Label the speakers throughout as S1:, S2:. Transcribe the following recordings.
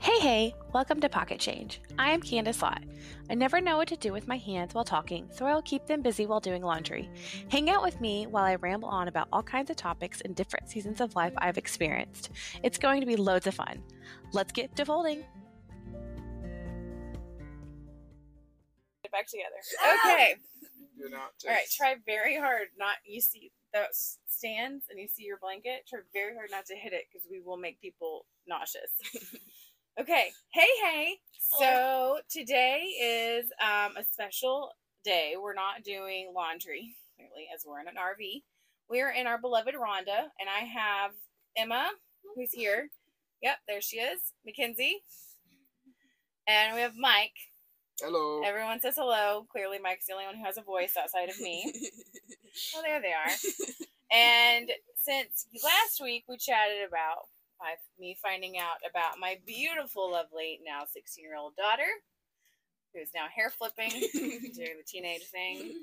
S1: Hey, hey, welcome to Pocket Change. I am Candace Lott. I never know what to do with my hands while talking, so I'll keep them busy while doing laundry. Hang out with me while I ramble on about all kinds of topics and different seasons of life I've experienced. It's going to be loads of fun. Let's get to folding.
S2: it back together.
S3: Ah!
S2: Okay.
S3: You're not just.
S2: All right. Try very hard not. You see those stands and you see your blanket. Try very hard not to hit it because we will make people nauseous. okay. Hey, hey. So today is um, a special day. We're not doing laundry clearly as we're in an RV. We're in our beloved Rhonda, and I have Emma, who's here. Yep, there she is. Mackenzie. And we have Mike.
S3: Hello.
S2: Everyone says hello. Clearly, Mike's the only one who has a voice outside of me. oh, there they are. And since last week we chatted about my, me finding out about my beautiful, lovely, now 16 year old daughter, who's now hair flipping, doing the teenage thing,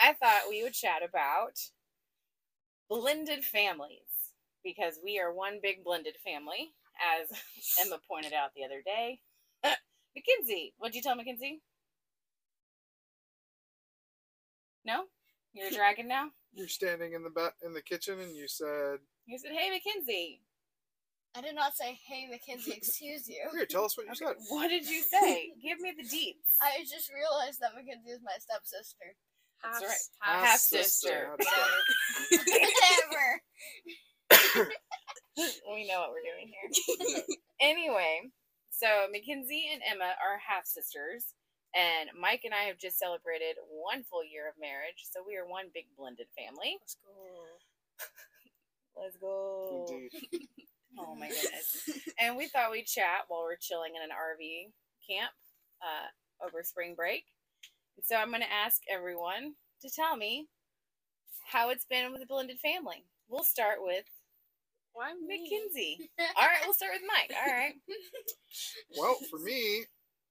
S2: I thought we would chat about blended families because we are one big blended family, as Emma pointed out the other day. Mackenzie, what'd you tell Mackenzie? No, you're a dragon now.
S3: You're standing in the ba- in the kitchen, and you said,
S2: You said, "Hey, Mackenzie."
S4: I did not say, "Hey, Mackenzie, excuse you."
S3: "Here, tell us what you said."
S2: What did you say? Give me the deets.
S4: I just realized that Mackenzie is my stepsister.
S2: That's right.
S3: Half
S2: Half
S3: sister.
S2: sister.
S3: That's
S4: Whatever.
S2: we know what we're doing here. anyway, so Mackenzie and Emma are half sisters, and Mike and I have just celebrated one full year of marriage, so we are one big blended family.
S4: Let's go.
S2: Let's go.
S3: Indeed.
S2: Oh my goodness. and we thought we'd chat while we're chilling in an RV camp uh, over spring break. So I'm going to ask everyone to tell me how it's been with the blended family. We'll start with
S4: Why
S2: Mackenzie. All right, we'll start with Mike. All right.
S3: Well, for me,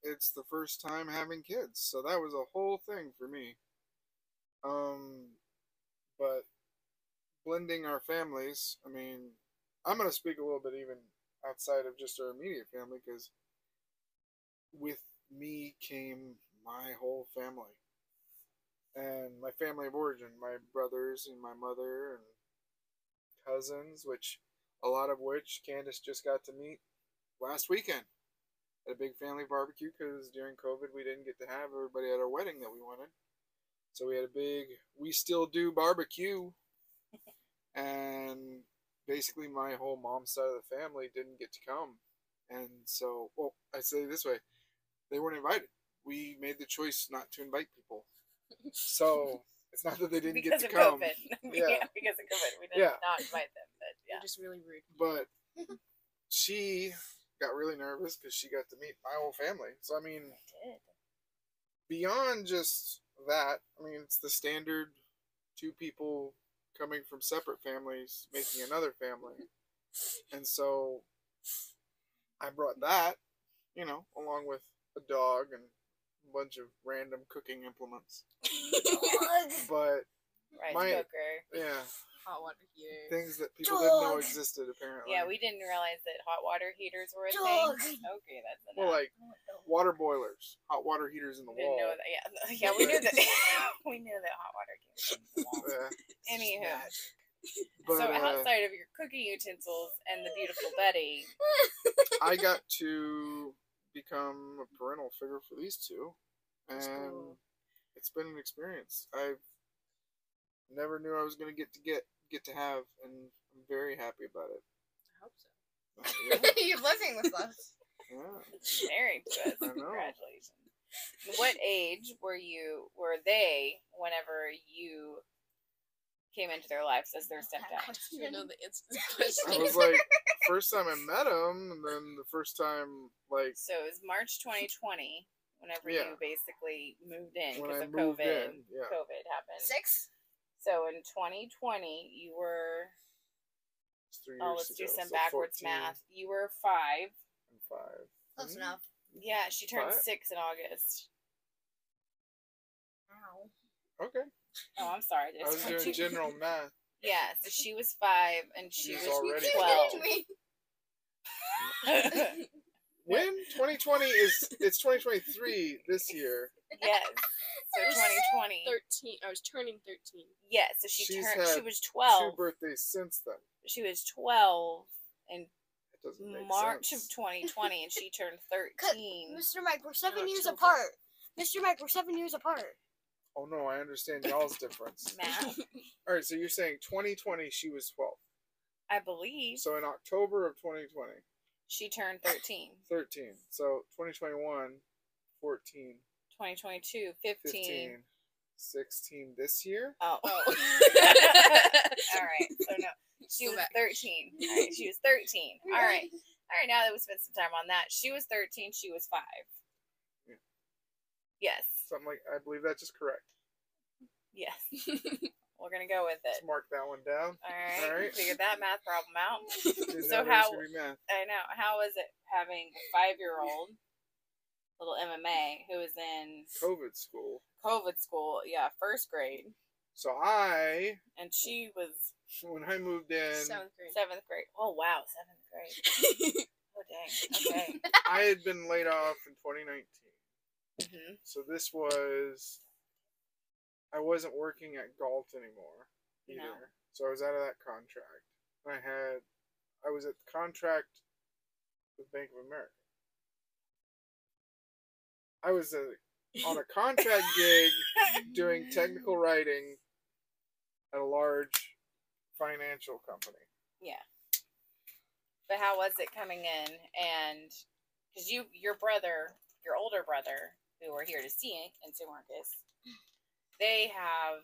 S3: it's the first time having kids, so that was a whole thing for me. Um, but blending our families, I mean, I'm going to speak a little bit even outside of just our immediate family because with me came my whole family and my family of origin, my brothers and my mother and cousins, which a lot of which Candace just got to meet last weekend at a big family barbecue because during COVID we didn't get to have everybody at our wedding that we wanted. So we had a big, we still do barbecue. and basically my whole mom's side of the family didn't get to come. And so, well, I say it this way they weren't invited. We made the choice not to invite people. So it's not that they didn't
S2: because
S3: get
S2: of
S3: to come.
S2: COVID.
S3: Yeah.
S2: because of COVID. We did
S3: Yeah.
S2: not invite them, but yeah.
S4: just really rude.
S3: but she got really nervous because she got to meet my whole family. So I mean, beyond just that, I mean, it's the standard two people coming from separate families making another family, and so I brought that, you know, along with a dog and a bunch of random cooking implements. But
S2: Rice
S3: My-
S2: cooker.
S3: yeah,
S4: Hot water heater.
S3: things that people didn't know
S4: Dog.
S3: existed apparently.
S2: Yeah, we didn't realize that hot water heaters were a
S4: Dog.
S2: thing. Okay, that's enough.
S3: well like water boilers, hot water heaters in the
S2: didn't
S3: wall.
S2: know that. Yeah, yeah, we knew that. we knew that hot water came from the wall.
S3: Yeah.
S2: Anywho,
S3: But
S2: so
S3: uh,
S2: outside of your cooking utensils and the beautiful Betty,
S3: I got to become a parental figure for these two,
S4: That's
S3: and
S4: cool.
S3: it's been an experience. I never knew I was gonna get to get get to have, and I'm very happy about it.
S4: hope so.
S3: Uh, yeah,
S4: You're living with us.
S3: yeah.
S2: married to us.
S3: I know.
S2: Congratulations. What age were you? Were they whenever you came into their lives as their stepdad?
S4: You know the instant
S3: I was like, first time I met him, and then the first time like
S2: So it was March 2020. Whenever
S3: Yeah.
S2: you basically moved in
S3: when
S2: because
S3: I
S2: of
S3: moved
S2: COVID,
S3: in, yeah,
S2: COVID happened.
S4: Six.
S2: So in 2020, you were
S3: it's three
S2: oh,
S3: years
S2: let's do
S3: ago,
S2: some
S3: so
S2: backwards
S3: 14
S2: math. You were five.
S3: and five.
S4: Close
S3: Mhm.
S4: enough.
S2: Yeah, she turned
S3: Five?
S2: six in August.
S4: Ow.
S3: Okay,
S2: Oh, I'm sorry.
S3: I was doing general math.
S2: yeah, so she was five and she
S3: She's
S2: was
S3: already
S4: You
S2: twelve.
S4: kidding me?
S3: When 2020 is it's 2023 this year.
S2: Yes. So 2020.
S5: Thirteen. I was turning thirteen.
S2: Yes. So she
S3: She's
S2: turned. She
S3: had
S2: was
S3: Two
S2: 12.
S3: birthdays since then.
S2: She was 12 in
S3: It doesn't make
S2: March
S3: sense.
S2: of 2020, and she turned 13.
S4: Mr. Mike, we're seven
S2: In
S4: years
S2: October.
S4: apart. Mr. Mike, we're seven years apart.
S3: Oh no, I understand y'all's difference.
S2: Math,
S3: All right, so you're saying 2020 she was 12.
S2: I believe
S3: So in October of 2020,
S2: she turned 13.
S3: 13. So 2021, 14,
S2: 2022, 15.
S3: 15, 16 this year.
S2: Oh.
S5: Oh.
S2: All right. So no, she
S5: Go
S2: was
S5: back.
S2: 13. All right, she was 13. All right. All right, now that we spent some time on that, she was 13, she was 5.
S3: Yeah.
S2: Yes.
S3: Something like I believe that's just correct.
S2: Yes. We're going to go with
S3: Let's
S2: it.
S3: mark that one down.
S2: All right.
S3: All right.
S2: Figured that math problem out.
S3: Didn't
S2: So
S3: know there was
S2: how-
S3: gonna be math.
S2: I know. How is it having a 5-year-old little MMA who is in
S3: COVID school.
S2: COVID school, yeah, first grade,
S3: So I,
S2: and she was
S3: when I moved in,
S5: Seventh grade.
S2: 7th grade. Oh wow, 7th grade. Oh dang. Okay.
S3: I had been laid off in 2019.
S2: Mhm.
S3: So this was, I wasn't working at Galt anymore
S2: No.
S3: either. So I was out of that contract. And I had, I was at the contract with Bank of America. I was a, on a contract gig doing technical writing at a large financial company.
S2: But how was it coming in? And because you, your brother, your older brother, who were here to see in St. Marcus, they have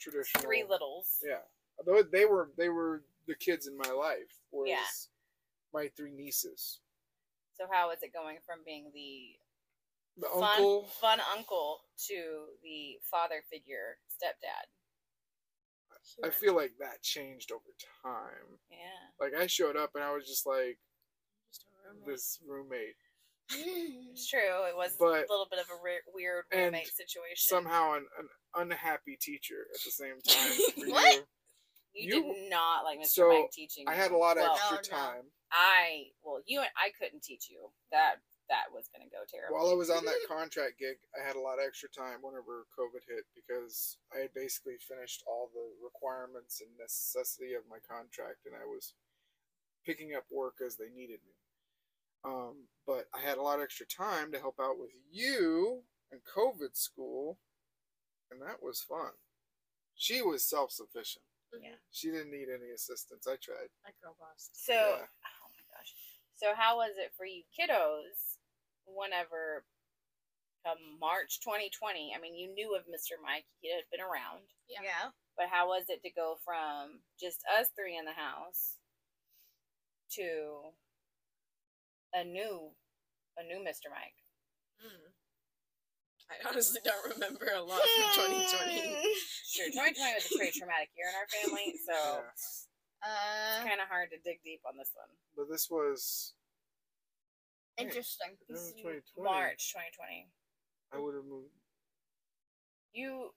S3: Traditional.
S2: three littles.
S3: Yeah. Although they were they were the kids in my life was
S2: Yeah.
S3: my three nieces.
S2: So how is it going from being the
S3: The
S2: fun,
S3: uncle
S2: fun uncle to the father figure stepdad?
S3: I feel like that changed over time.
S2: Yeah,
S3: Like I showed up and I was just like
S5: Just a roommate.
S3: this roommate.
S2: it's true. It was
S3: But-
S2: a little bit of a re- weird
S3: and
S2: roommate situation.
S3: Somehow an, an unhappy teacher at the same time. for
S5: What?
S3: you.
S2: you,
S3: you-
S2: did not like Mr.
S3: so,
S2: Mike teaching.
S3: I
S2: you.
S3: had a lot of
S2: Well,
S3: extra
S4: No, no.
S3: time.
S2: I well, you and I couldn't teach you. That that was going to go terrible.
S3: While I was on that contract gig, I had a lot of extra time whenever COVID hit because I had basically finished all the requirements and necessity of my contract, and I was picking up work as they needed me. Um, but I had a lot of extra time to help out with you and COVID school, and that was fun. She was self sufficient.
S2: Yeah.
S3: She didn't need any assistance. I tried.
S5: My girl boss.
S2: So,
S3: Yeah.
S2: oh my gosh. So, how was it for you kiddos whenever come March 2020? I mean, you knew of Mr. Mike, he had been around,
S5: Yeah.
S2: but how was it to go from just us three in the house to a new a new Mr. Mike?
S5: Mm. I honestly don't remember a lot from 2020.
S2: Sure, 2020 was a pretty traumatic year in our family, so
S3: Yeah.
S2: it's
S4: Uh,
S2: kind of hard to dig deep on this one.
S3: But this was
S4: interesting.
S3: this was 2020.
S2: March 2020.
S3: I would have moved.
S2: You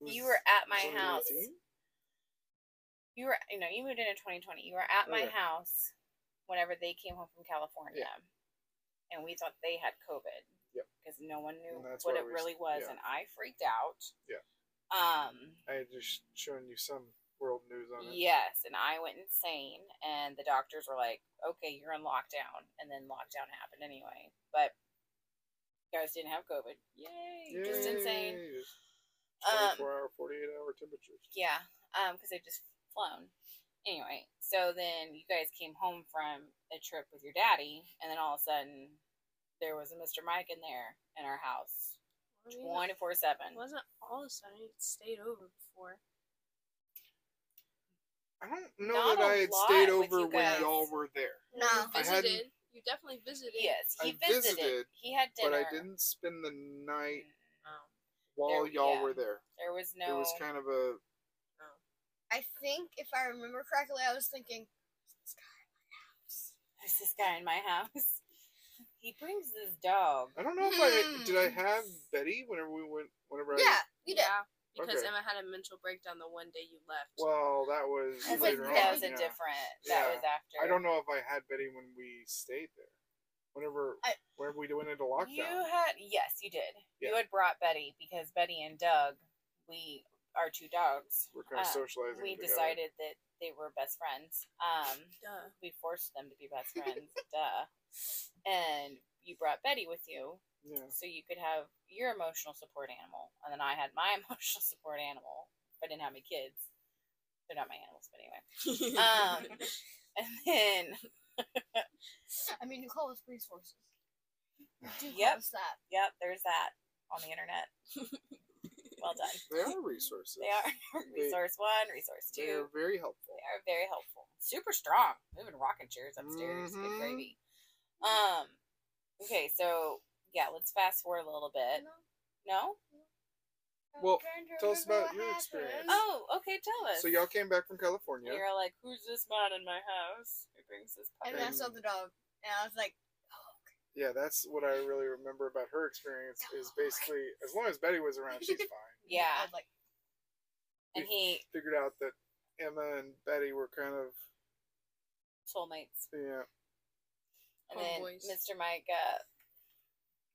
S3: it was
S2: you were at my house.
S3: 2019?
S2: you were you know you moved in in 2020 you were at my
S3: Okay.
S2: house whenever they came home from california and we thought they had covid
S3: Yep.
S2: because no one knew
S3: And that's
S2: what
S3: why
S2: it
S3: we-
S2: really was
S3: yeah.
S2: and i freaked out
S3: Yeah.
S2: um
S3: I had just shown you some world news on it.
S2: yes and i went insane and the doctors were like okay you're in lockdown and then lockdown happened anyway but you guys didn't have covid yay, just insane
S3: Yay.
S2: um
S3: 24 hour, 48 hour temperatures.
S2: Yeah, um, because they just flown. Anyway, so then you guys came home from a trip with your daddy, and then all of a sudden there was a Mr. Mike in there in our house,
S4: Oh,
S2: twenty four
S5: It
S2: seven.
S5: wasn't all of a sudden. It stayed over before.
S3: I don't know that
S2: Not
S3: I
S2: a
S3: had
S2: lot
S3: stayed
S2: with
S3: over
S2: you
S3: when
S2: guys.
S3: y'all were there,
S4: No.
S5: You
S3: I hadn't-
S5: visited. You definitely visited.
S2: Yes, he
S3: I
S2: visited.
S3: visited,
S2: He had
S3: but
S2: dinner. Mm, um,
S3: I didn't spend the night
S5: Oh.
S3: while
S2: There-
S3: y'all
S2: yeah.
S3: were there.
S2: There was
S3: It
S2: no.
S3: was kind of a
S4: I think, if I remember correctly, I was thinking, this guy
S2: There's this guy in my house. He brings this dog.
S3: I don't know if I
S2: Mm.
S4: Hmm.
S3: did I have Betty whenever we went whenever
S4: in my house.
S3: I
S4: Yeah, you did.
S5: Yeah. Because
S3: Okay.
S5: Emma had a mental breakdown the one day you left.
S3: well that was
S4: That's
S2: That
S4: like-
S2: was,
S3: later
S2: that
S3: on.
S2: was a
S3: yeah.
S2: different. That
S3: Yeah.
S2: was after.
S3: I don't know if I had Betty when we stayed there. Whenever,
S4: I-
S3: whenever we went into
S2: You
S3: lockdown.
S2: had yes, you did. You
S3: Yeah.
S2: had brought Betty because Betty and Doug, we our two dogs,
S3: We're kind of
S2: uh,
S3: socializing.
S2: we
S3: together.
S2: decided that they were best friends. Um,
S5: Duh.
S2: we forced them to be best friends, duh. And you brought Betty with you
S3: Yeah.
S2: so you could have your emotional support animal, and then I had my emotional support animal. But I didn't have my kids. They're not my animals, but anyway. Um, and then
S4: I mean, you call us resources. You do
S2: Yep.
S4: call us that.
S2: yep, there's that on the internet. Well done.
S3: They are resources.
S2: They are resource one, resource
S3: They are
S2: two.
S3: very helpful.
S2: They are very helpful. Super strong. Moving rocking chairs upstairs. Good
S3: Mhm.
S2: gravy. Um. Okay, so yeah, let's fast forward a little bit.
S4: No,
S2: No?
S4: I'm
S3: Well,
S4: trying to
S3: tell us
S4: remember
S3: about
S4: what
S3: your experience.
S4: happened.
S2: Oh, okay. Tell us.
S3: So y'all came back from California.
S2: We were like, who's this man in my house who brings this
S4: And
S2: puppy?
S4: then I
S5: Oh.
S4: saw the dog, and I was like,
S3: Yeah, that's what I really remember about her experience. Is basically as long as Betty was around, she's fine.
S4: I
S2: Yeah,
S4: was like,
S2: and he
S3: Figured out that Emma and Betty were kind of
S2: soulmates.
S3: yeah.
S2: And then
S5: Homeboys.
S2: Mr. Mike uh,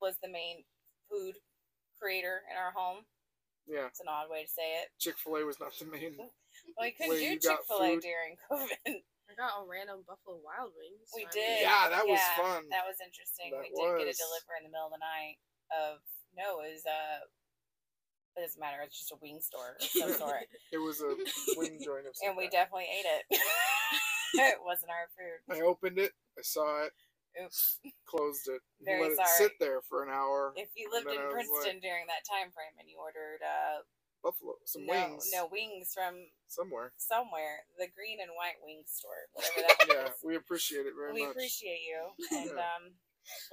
S2: was the main food creator in our home.
S3: Yeah,
S2: It's an odd way to say it.
S3: Chick Fil A was not the main.
S2: Well, we couldn't
S3: Where
S2: do
S3: you
S2: Chick
S3: got
S2: Fil A
S3: food?
S2: during COVID.
S5: I got a random Buffalo Wild Wings.
S2: We
S5: so I
S2: did.
S5: mean-
S3: Yeah, that was
S2: Yeah,
S3: fun.
S2: That was interesting.
S3: That
S2: we did get a
S3: was.
S2: delivery in the middle of the night of no, it was uh, it doesn't matter. It's just a wing store of some sort,
S3: It was a wing joint of some
S2: and we
S3: kind.
S2: definitely ate it. it wasn't our food.
S3: I opened it. I saw it.
S2: Oops.
S3: Closed it. and
S2: Very
S3: let it
S2: sorry.
S3: sit there for an hour.
S2: If you lived
S3: But
S2: in
S3: I was
S2: Princeton during that time frame and you ordered uh,
S3: Buffalo, some
S2: no,
S3: wings
S2: no wings from
S3: somewhere.
S2: somewhere, the green and white wing store, whatever that
S3: Yeah,
S2: was.
S3: we appreciate it very
S2: we
S3: much.
S2: appreciate you and
S3: Yeah.
S2: um,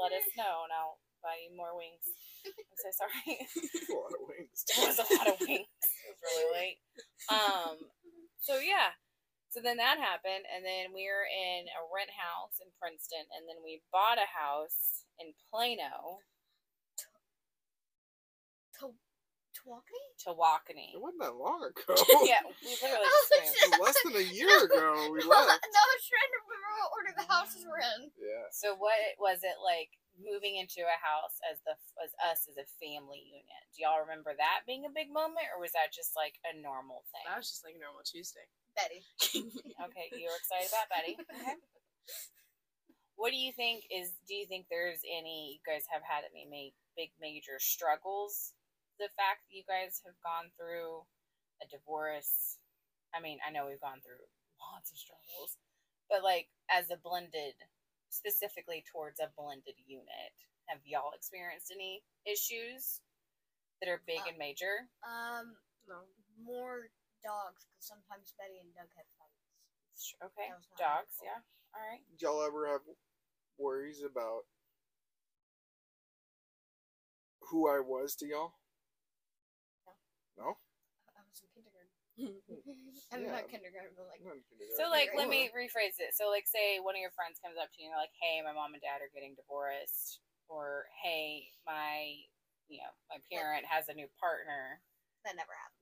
S2: let us know and i'll buy you more wings i'm so sorry
S3: a lot of wings.
S2: there was a lot of wings it was really late um so yeah so then that happened and then we were in a rent house in princeton and then we bought a house in plano
S4: to, Tawakoni?
S2: Tawakoni.
S3: It wasn't that long ago.
S2: yeah we literally
S4: Oh,
S2: just moved.
S4: shit.
S3: Less than a year ago, we left.
S4: no, I was trying to remember what order the houses were in.
S3: Yeah.
S2: so what was it like moving into a house as the as us as a family unit do y'all remember that being a big moment or was that just like a normal thing
S5: That was just like a normal Tuesday.
S4: Betty.
S2: Okay, you were excited about Betty. Okay. What do you think is? Do you think there's any? You guys have had any ma- big major struggles? The fact that you guys have gone through a divorce. I mean, I know we've gone through lots of struggles, but like as a blended, specifically towards a blended unit, have y'all experienced any issues that are big
S4: Uh,
S2: and major?
S4: Um,
S5: No.
S4: more dogs, because sometimes Betty and Doug had fights.
S2: Okay,
S4: That was not
S2: dogs.
S4: helpful.
S2: Yeah. All right.
S3: Did y'all ever have worries about who I was to y'all? No.
S4: I was in kindergarten. I mean,
S3: Yeah.
S4: not kindergarten, but like,
S3: No? None kinda got
S2: So
S3: it.
S2: like
S3: Or-
S2: let me rephrase it. So like say one of your friends comes up to you and you're like, Hey, my mom and dad are getting divorced or hey, my you know, my parent has a new partner.
S4: that never happened.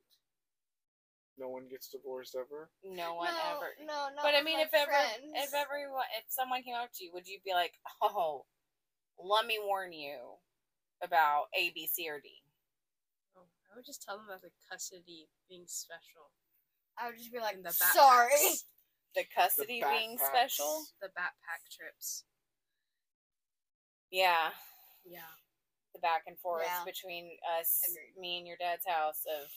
S3: No one gets divorced ever.
S2: No one
S4: no,
S2: ever
S4: No, not
S2: But I
S4: with
S2: mean
S4: my
S2: if ever
S4: friends.
S2: if everyone if someone came up to you, would you be like, Oh, let me warn you about A, B, C or D?
S5: Oh, I would just tell them about the custody being special.
S4: I would just be like,
S5: and the backpacks.
S4: sorry.
S3: The
S2: The custody being
S3: backpacks.
S2: special?
S5: The backpack trips.
S2: Yeah.
S5: Yeah.
S2: the back and forth
S4: Yeah.
S2: between us,
S4: Agreed.
S2: me and your dad's house of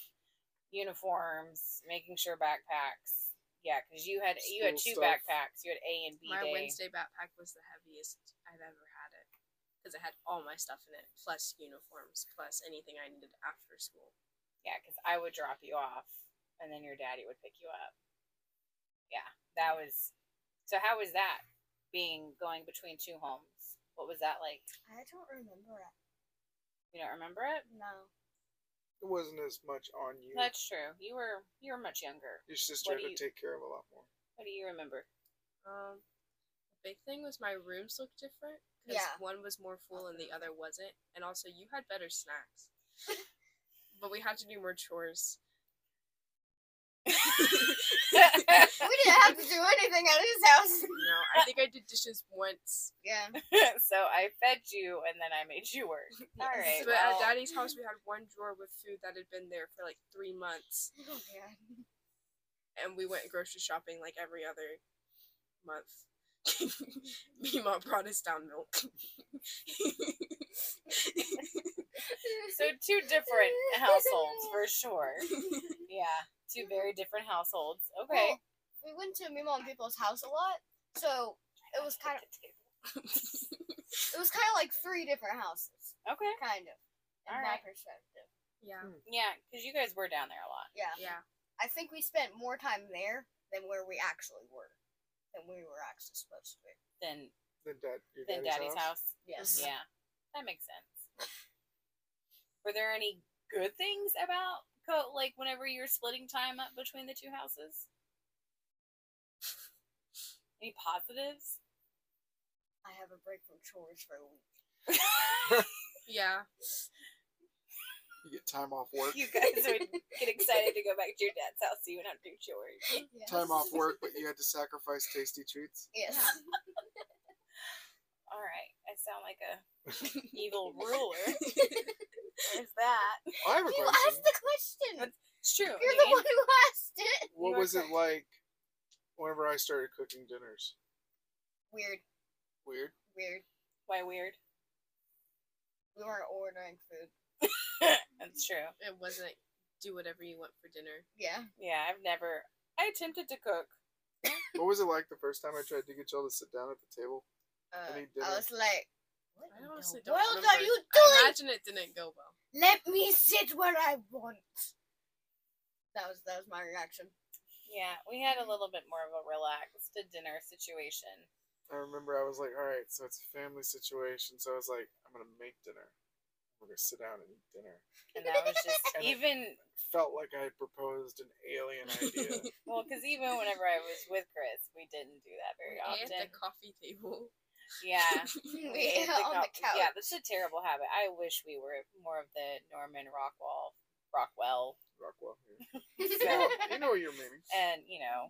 S2: uniforms, making sure backpacks. Yeah, because you had you had two
S3: School stuff.
S2: backpacks. You had A and B
S5: my
S2: day.
S5: Wednesday backpack was the heaviest I've ever had it because it had all my stuff in it, plus uniforms, plus anything I needed after school.
S2: Yeah, because I would drop you off, and then your daddy would pick you up. Yeah, that was. So how was that being going between two homes? What was that like?
S4: I don't remember it.
S2: You don't remember it?
S4: No.
S3: It wasn't as much on you.
S2: That's true. You were you were much younger.
S3: Your sister
S2: what
S3: had
S2: do
S3: to
S2: you-
S3: take care of a lot more.
S2: What do you remember?
S5: Um, the big thing was my rooms looked different because
S4: Yeah.
S5: one was more full and the other wasn't, and also you had better snacks. but we had to do more chores.
S4: We didn't have to to do anything at his house.
S5: No, I think I did dishes once.
S4: Yeah.
S2: so I fed you and then I made you work. All right.
S5: But
S2: well,
S5: at Daddy's house, we had one drawer with food that had been there for like three months,
S4: Oh man.
S5: and we went grocery shopping like every other month. Mima brought us down milk.
S2: so two different households for sure. Yeah, two very different households. Okay.
S4: Well, we went to Mimo and people's house a lot, so it was kind of it was kind of like three different houses,
S2: Okay.
S4: kind of, in my
S2: Alright.
S4: perspective.
S5: yeah,
S2: Yeah, because you guys were down there a lot.
S4: Yeah.
S5: yeah.
S4: I think we spent more time there than where we actually were, than we were actually supposed to be.
S2: Than
S3: Than, dad, your
S2: than Daddy's house.
S4: Yes.
S5: Mhm.
S2: Yeah, that makes sense. Were there any good things about co- like whenever you're splitting time up between the two houses? Any positives?
S4: I have a break from chores for a week.
S5: Yeah.
S3: You get time off work.
S2: You guys would get excited to go back to your dad's house so you wouldn't have to do chores.
S4: Yes.
S3: Time off work, but you had to sacrifice tasty treats.
S4: Yes.
S2: All right, I sound like a evil ruler. Where's that?
S3: I have a
S4: You
S3: question.
S4: asked the question.
S2: It's true.
S4: You're the one who asked it.
S2: you
S3: What
S2: are
S3: was it
S2: correct.
S3: like whenever I started cooking dinners?
S4: Weird.
S3: Weird.
S4: Weird.
S2: Why weird?
S4: We weren't ordering food.
S2: That's true.
S5: It wasn't do whatever you want for dinner.
S4: Yeah.
S2: Yeah, I've never. I attempted to cook.
S3: What was it like the first time I tried to get y'all to sit down at the table?
S4: Uh,
S3: need dinner.
S4: I was like, what
S5: I
S4: in
S5: honestly
S4: the
S5: don't
S4: world
S5: remember.
S4: are you
S5: I
S4: doing?
S5: imagine it didn't go well.
S4: Let me sit where I want. That was that was my reaction.
S2: Yeah, we had a little bit more of a relaxed dinner situation.
S3: I remember I was like, all right, so it's a family situation. So I was like, I'm going to make dinner. We're going to sit down and eat dinner.
S2: And that was just
S3: And it-
S2: even
S3: Felt like I had proposed an alien idea.
S2: well, because even whenever I was with Chris, we didn't do that very
S5: I ate at
S2: often.
S5: the coffee table.
S2: Yeah,
S4: We
S2: ate
S4: on the
S2: co-
S4: couch.
S2: Yeah, this is a terrible habit. I wish we were more of the Norman Rockwell, Rockwell,
S3: Rockwell. yeah. You know,
S2: So-
S3: you know what you're meaning.
S2: and you know,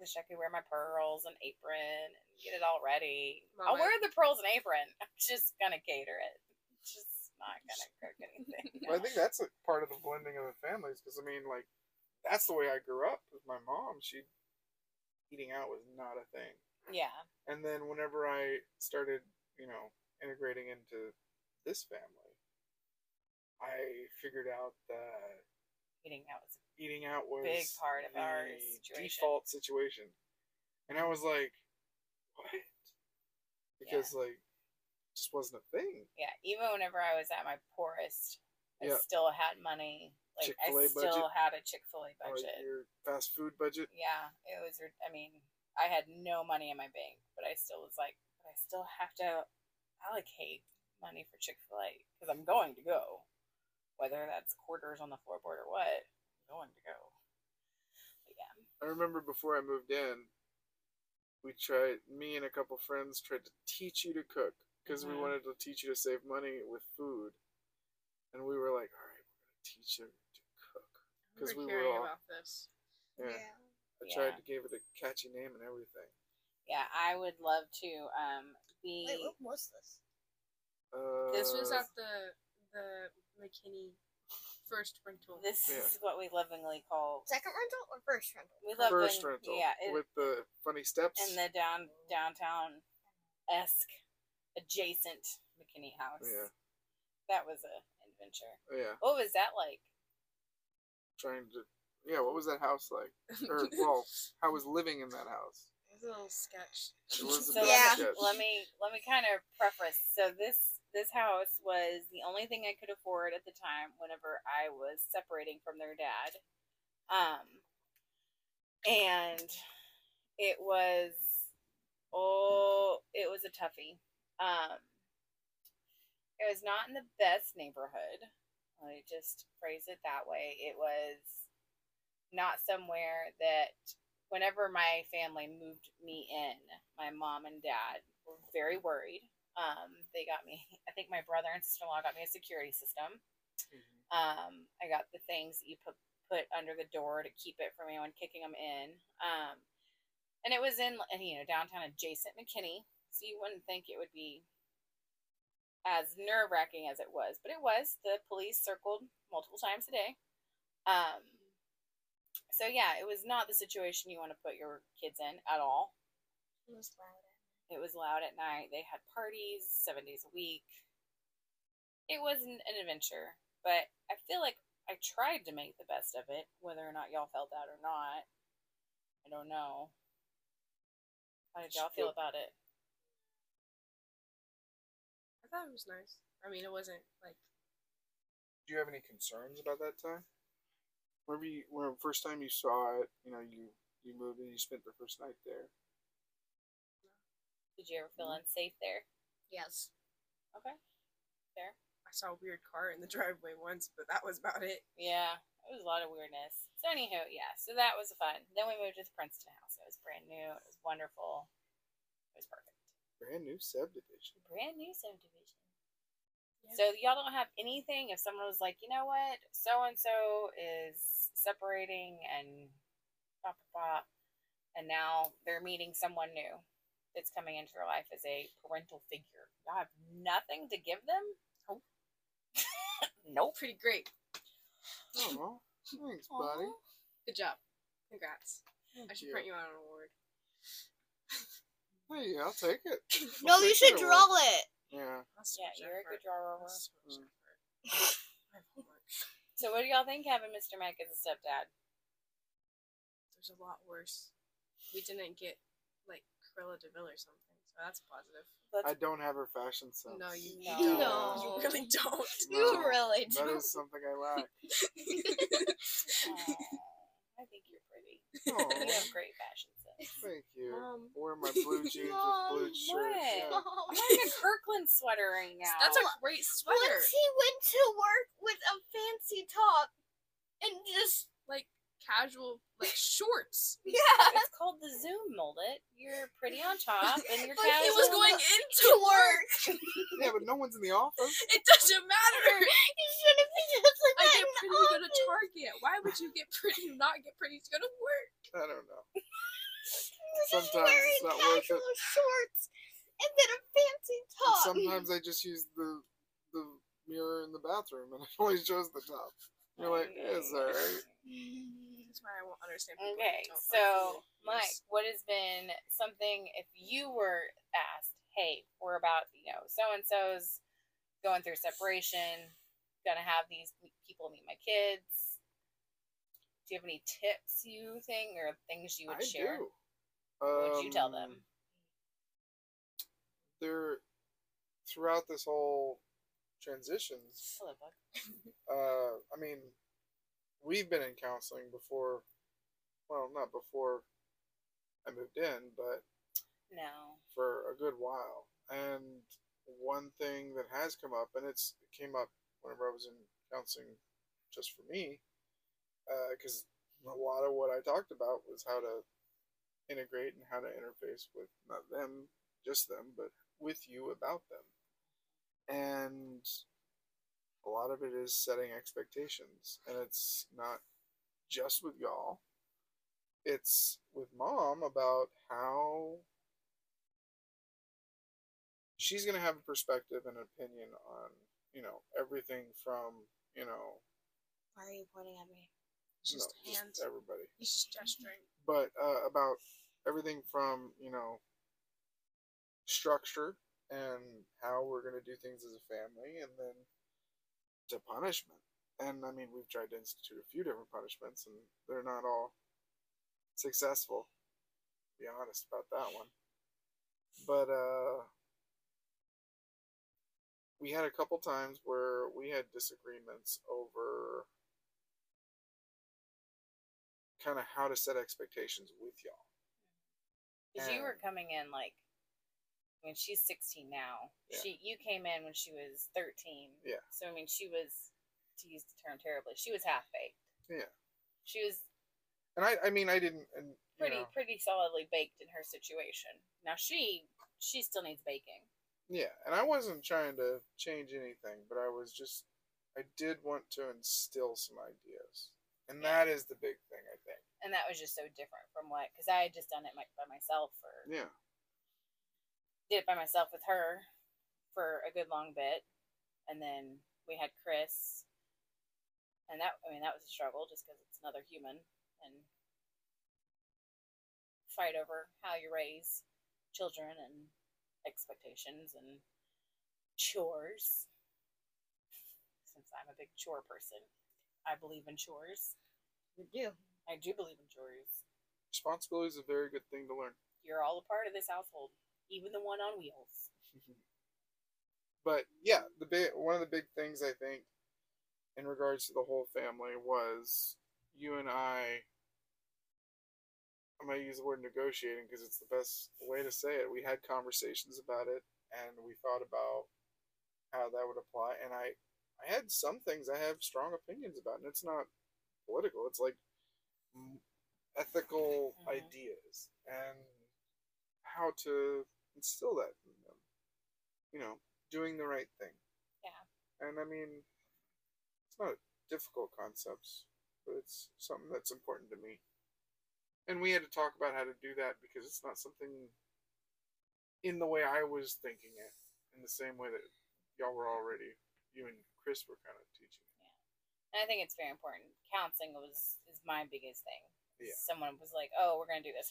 S2: wish I could wear my pearls and apron and get it all ready. I'll
S5: Mama.
S2: wear the pearls and apron. I'm just gonna cater it. Just not gonna cook anything.
S3: Well, I think that's a part of the blending of the families because I mean, like, that's the way I grew up with my mom. She eating out was not a thing,
S2: yeah.
S3: and then whenever I started, you know, integrating into this family, I figured out that
S2: eating out was
S3: eating out was
S2: Big part of our
S3: the
S2: situation.
S3: default situation, and I was like, what? Because like, it just wasn't a thing.
S2: yeah. Even whenever I was at my poorest, I
S3: Yeah.
S2: still had money. Like I
S3: Chick-fil-A
S2: still
S3: budget? Oh,
S2: had a Chick Fil A
S3: Like,
S2: budget.
S3: your fast food budget.
S2: yeah, it was. rid- I mean, I had no money in my bank, but I still was like, I still have to allocate money for Chick Fil A because I'm going to go, whether that's quarters on the floorboard or what. I'm going to go. But yeah.
S3: I remember before I moved in, we tried. Me and a couple friends tried to teach you to cook because
S2: Mhm.
S3: we wanted to teach you to save money with food, and we were like, "All right, we're gonna teach you to cook." Because
S5: we
S3: we
S5: were
S3: were
S5: hearing
S3: all.
S5: about this.
S3: Yeah, I
S2: Yeah.
S3: tried to give it a catchy name and everything.
S2: Yeah, I would love to um, be.
S4: Wait, what was this?
S3: Uh,
S5: This was at the the McKinney first rental.
S2: This
S3: Yeah.
S2: is what we lovingly call.
S4: Second rental or first rental?
S2: We love
S3: first
S2: when-
S3: rental.
S2: Yeah, it,
S3: with the funny steps.
S2: in the down downtown esque adjacent McKinney house.
S3: Yeah.
S2: That was a adventure.
S3: yeah,
S2: What was that like?
S3: trying to. Yeah, what was that house like? Or er, well, I was living in that house.
S5: It was a little sketch.
S3: It was a
S2: So
S3: bit
S4: Yeah.
S3: sketch.
S2: let me let me kind of preface. So this this house was the only thing I could afford at the time. Whenever I was separating from their dad, um, and it was oh, it was a toughie. Um, it was not in the best neighborhood. Let me just phrase it that way. It was not somewhere that whenever my family moved me in, my mom and dad were very worried. Um, they got me, I think my brother and sister in law got me a security system.
S3: Mhm.
S2: Um, I got the things that you put, put under the door to keep it from anyone kicking them in. Um, and it was in you know downtown adjacent McKinney, so you wouldn't think it would be as nerve wracking as it was, but it was. The police circled multiple times a day. Um, so yeah, it was not the situation you want to put your kids in at all.
S4: It was loud.
S2: It was loud at night. They had parties seven days a week. It wasn't an adventure, but I feel like I tried to make the best of it, whether or not y'all felt that or not. I don't know. How did y'all feel about it?
S5: I thought it was nice. I mean, it wasn't like
S3: Do you have any concerns about that time? Whenever you, when first time you saw it, you know, you you moved and you spent the first night there.
S2: Did you ever feel unsafe there?
S4: Yes.
S2: Okay. Fair.
S5: I saw a weird car in the driveway once, but that was about it.
S2: Yeah, it was a lot of weirdness. So anywho, yeah, so that was fun. Then we moved to the Princeton house. It was brand new. It was wonderful. It was perfect.
S3: Brand new subdivision.
S2: Brand new subdivision.
S5: Yeah.
S2: So y'all don't have anything if someone was like, you know what, so and so is separating and blah blah blah, and now they're meeting someone new that's coming into their life as a parental figure. Y'all have nothing to give them.
S5: Nope.
S2: nope.
S5: Pretty great.
S3: Oh, thanks, buddy.
S2: Aw.
S5: Good job. Congrats. I
S3: Thank
S5: should
S3: you.
S5: print you out an award.
S3: Hey, I'll take it.
S4: No,
S3: I'll take
S4: you
S3: it.
S4: should draw it.
S3: Yeah.
S5: I'll
S2: Yeah,
S5: switch
S2: you're a good
S5: effort.
S2: drawer.
S5: I'll switch
S3: Mm.
S5: effort. I have homework.
S2: So what do y'all think having Mr. Mac as a stepdad?
S5: There's a lot worse. We didn't get like Cruella de Vil or something, so that's positive.
S3: I don't have her fashion sense.
S5: No, you
S2: No.
S5: don't.
S4: No.
S5: You really don't.
S4: You really
S3: That
S4: do.
S3: is something I lack.
S2: Aw, I think you're pretty.
S3: Oh,
S2: You have great fashion sense.
S3: thank you.
S5: Mom.
S3: Wear my blue jeans
S4: Mom,
S3: with blue shirt.
S2: what?
S3: yeah.
S2: I'm wearing a Kirkland sweater right now.
S5: That's a great sweater.
S4: Once he went to work with a fancy top and just
S5: Like casual, like shorts.
S4: yeah,
S2: it's called the Zoom mullet. You're pretty on top, and you're
S4: But
S2: casual.
S5: It was
S4: Casual.
S5: going into
S4: to
S5: work.
S4: work.
S3: Yeah, but no one's in the office.
S5: It doesn't matter.
S4: He shouldn't be just like
S5: I
S4: that.
S5: get
S4: in the
S5: pretty to go to
S4: office.
S5: Target. Why would you get pretty not get pretty to go to work?
S3: I don't know.
S4: He was just
S3: Sometimes
S4: wearing
S3: it's not worth it.
S4: casual shorts and then a fancy top.
S3: And sometimes I just use the the mirror in the bathroom, and it always shows the top. You're like, yeah, it's all right.
S5: That's why I won't understand. people
S2: Mm-hmm. Okay,
S5: that don't
S2: so
S5: understand
S2: Mike,
S5: this.
S2: what has been something if you were asked, "Hey, we're about you know so and so's going through separation, gonna have these people meet my kids." Do you have any tips you think or things you would
S3: I
S2: share?
S3: do.
S2: What would you
S3: Um,
S2: tell them?
S3: There, throughout this whole transition,
S2: Hello, bug.
S3: uh, I mean, we've been in counseling before. Well, not before I moved in, but
S2: No.
S3: for a good while. And one thing that has come up, and it's it came up whenever I was in counseling, just for me, because a lot of what I talked about was how to integrate and how to interface with not them, just them, but with you about them. And a lot of it is setting expectations, and it's not just with y'all. It's with mom about how she's going to have a perspective and opinion on you know everything from you know
S4: Why are you pointing at me?
S5: It's just
S3: no,
S5: hands.
S3: everybody
S5: He's just gesturing.
S3: but uh, about everything from you know structure and how we're going to do things as a family and then to punishment and i mean we've tried to institute a few different punishments and they're not all successful be honest about that one but uh we had a couple times where we had disagreements over kind of how to set expectations with y'all
S2: Because you
S3: Um,
S2: were coming in like I mean she's sixteen now.
S3: Yeah.
S2: She you came in when she was thirteen.
S3: Yeah.
S2: So I mean she was to use the term terribly, she was half baked.
S3: Yeah.
S2: She was
S3: And I, I mean, I didn't. And, you
S2: pretty
S3: know,
S2: pretty solidly baked in her situation. Now she she still needs baking.
S3: yeah, and I wasn't trying to change anything, but I was just, I did want to instill some ideas And that is the big thing, I think.
S2: and that was just so different from what because I had just done it my, by myself or
S3: Yeah.
S2: did it by myself with her for a good long bit, and then we had Chris, and that I mean that was a struggle just because it's another human and fight over how you raise children and expectations and chores. Since I'm a big chore person, I believe in chores.
S4: You do.
S2: I do believe in chores.
S3: Responsibility is a very good thing to learn.
S2: You're all a part of this household, even the one on wheels.
S3: but yeah, the big one of the big things I think in regards to the whole family was you and I. I'm gonna use the word negotiating because it's the best way to say it. We had conversations about it, and we thought about how that would apply. And I, I had some things I have strong opinions about, and it's not political. It's like m- ethical
S2: Mhm.
S3: ideas and how to instill that in them. You know, doing the right thing. Yeah. And I mean, it's not difficult concepts, but it's something that's important to me. And we had to talk about how to do that because it's not something in the way I was thinking it, in the same way that y'all were already, you and Chris were kind of teaching.
S2: And I think it's very important. Counseling was is my biggest thing.
S3: Yeah.
S2: Someone was like, "Oh, we're gonna do this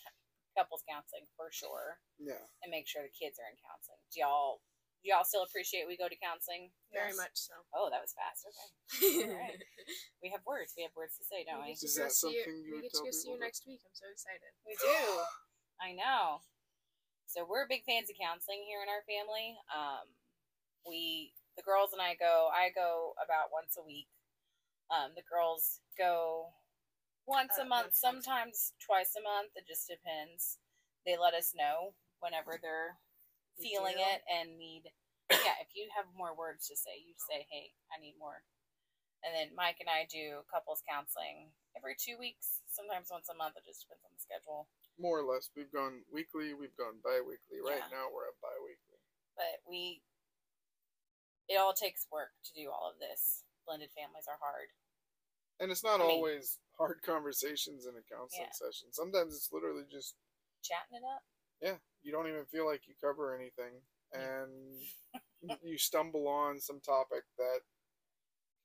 S2: couples counseling for sure,
S3: Yeah.
S2: and make sure the kids are in counseling." Do y'all do y'all still appreciate we go to counseling?
S5: Very
S4: Yes.
S5: much so.
S2: Oh, that was fast. Okay. Alright. We have words. We have words to say, don't
S5: We
S2: we?
S5: get to
S3: Is
S5: go
S3: that
S5: see you-
S3: something you
S5: we
S3: would
S5: get to
S3: tell
S5: go see you
S3: people?
S5: next week. I'm so excited.
S2: We do. I know. So we're big fans of counseling here in our family. Um, we the girls and I go. I go about once a week. Um, the girls go once a
S4: Uh,
S2: month,
S4: once a month.
S2: sometimes twice a month. It just depends. They let us know whenever they're
S5: They
S2: feeling
S5: do?
S2: it and need. Yeah, if you have more words to say, you say, "Hey, I need more." And then Mike and I do couples counseling every two weeks, sometimes once a month. It just depends on the schedule.
S3: More or less. We've gone weekly, we've gone bi weekly. Right
S2: Yeah.
S3: now we're at bi weekly.
S2: but we it all takes work to do all of this blended families are hard
S3: And it's not
S2: I mean-
S3: always hard conversations in a counseling
S2: Yeah.
S3: session. Sometimes it's literally just
S2: chatting it up
S3: yeah, you don't even feel like you cover anything, and you stumble on some topic that,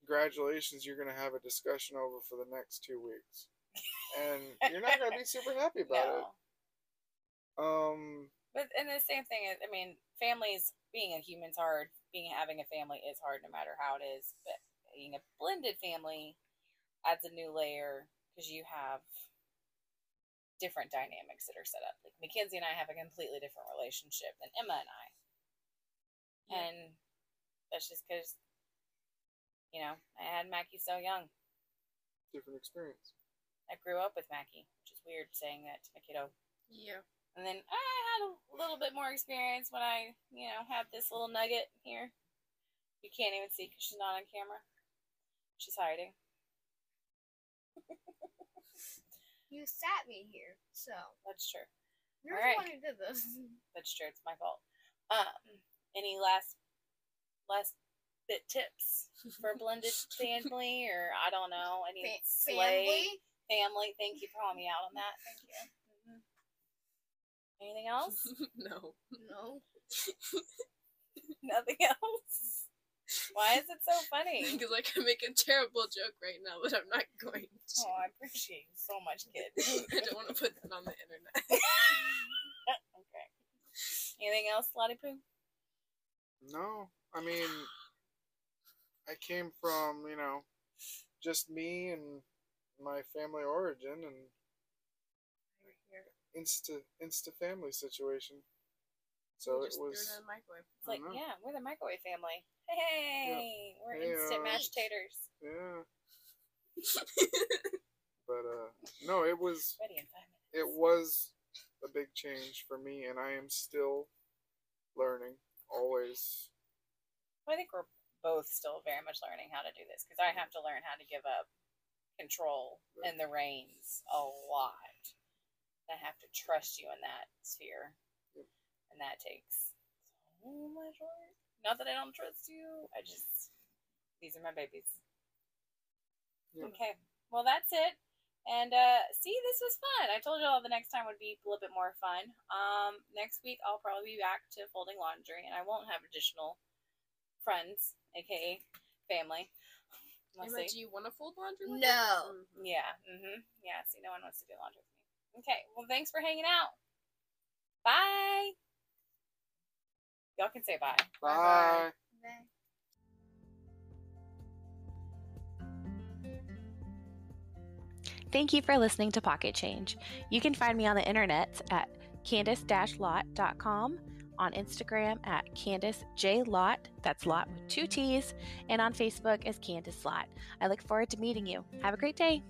S3: congratulations, you're going to have a discussion over for the next two weeks, and you're not going to be super happy about it.
S2: no
S3: Um,
S2: but and the same thing is i mean families being a human's hard being having a family is hard no matter how it is but being a blended family adds a new layer because you have different dynamics that are set up like mackenzie and i have a completely different relationship than emma and i
S5: Yeah.
S2: and that's just because you know i had mackie so young
S3: different experience.
S2: I grew up with Mackie, which is weird saying that to my kiddo.
S5: Yeah.
S2: And then I had a little bit more experience when I, you know, had this little nugget here. You can't even see because she's not on camera. She's hiding.
S4: You sat me here, so
S2: That's true.
S4: you're
S2: Alright.
S4: the one who did this.
S2: That's true. It's my fault. Um, any last last bit tips for blended family or I don't know any
S4: Fa-
S2: slay
S4: family.
S2: family? Thank you for calling me out on that. Thank you. Mhm. Anything else?
S5: no.
S4: No.
S2: Nothing else. Why is it so funny?
S5: Because I can make a terrible joke right now, but I'm not going to.
S2: Oh, I appreciate you so much, kid.
S5: I don't want to put that on the internet.
S2: okay. Anything else, Lottie Poo?
S3: No, I mean, I came from you know, just me and my family origin and insta insta family situation. So
S5: You
S3: it
S5: just
S3: was.
S5: Threw it in the microwave.
S2: It's like,
S3: Mhm.
S2: yeah, we're the microwave family. Hey, we're
S3: Hey,
S2: instant
S3: uh,
S2: mashed taters.
S3: Yeah. but uh no, it was
S2: Ready in five minutes.
S3: it was a big change for me and I am still learning always.
S2: Well, I think we're both still very much learning how to do this because I have to learn how to give up control and the reins a lot. I have to trust you in that sphere,
S3: Yep.
S2: and that takes so much work. Not that I don't trust you, I just these are my babies.
S3: Yeah.
S2: Okay, well, that's it. And uh, see, this was fun. I told you all the next time would be a little bit more fun. Um, next week I'll probably be back to folding laundry, and I won't have additional friends, aka family. We'll
S5: Emma,
S2: see.
S5: do you want to fold laundry? with us?
S4: No.
S5: Mm.
S2: Yeah. hmm Yeah. See, no one wants to do laundry with me. Okay. Well, thanks for hanging out. Bye. Y'all can say bye.
S3: Bye.
S4: Meh.
S1: Thank you for listening to Pocket Change. You can find me on the internet at candice-lot.com, on Instagram at candicejlot, that's lot with two T's, and on Facebook as Candice Lot. I look forward to meeting you. Have a great day.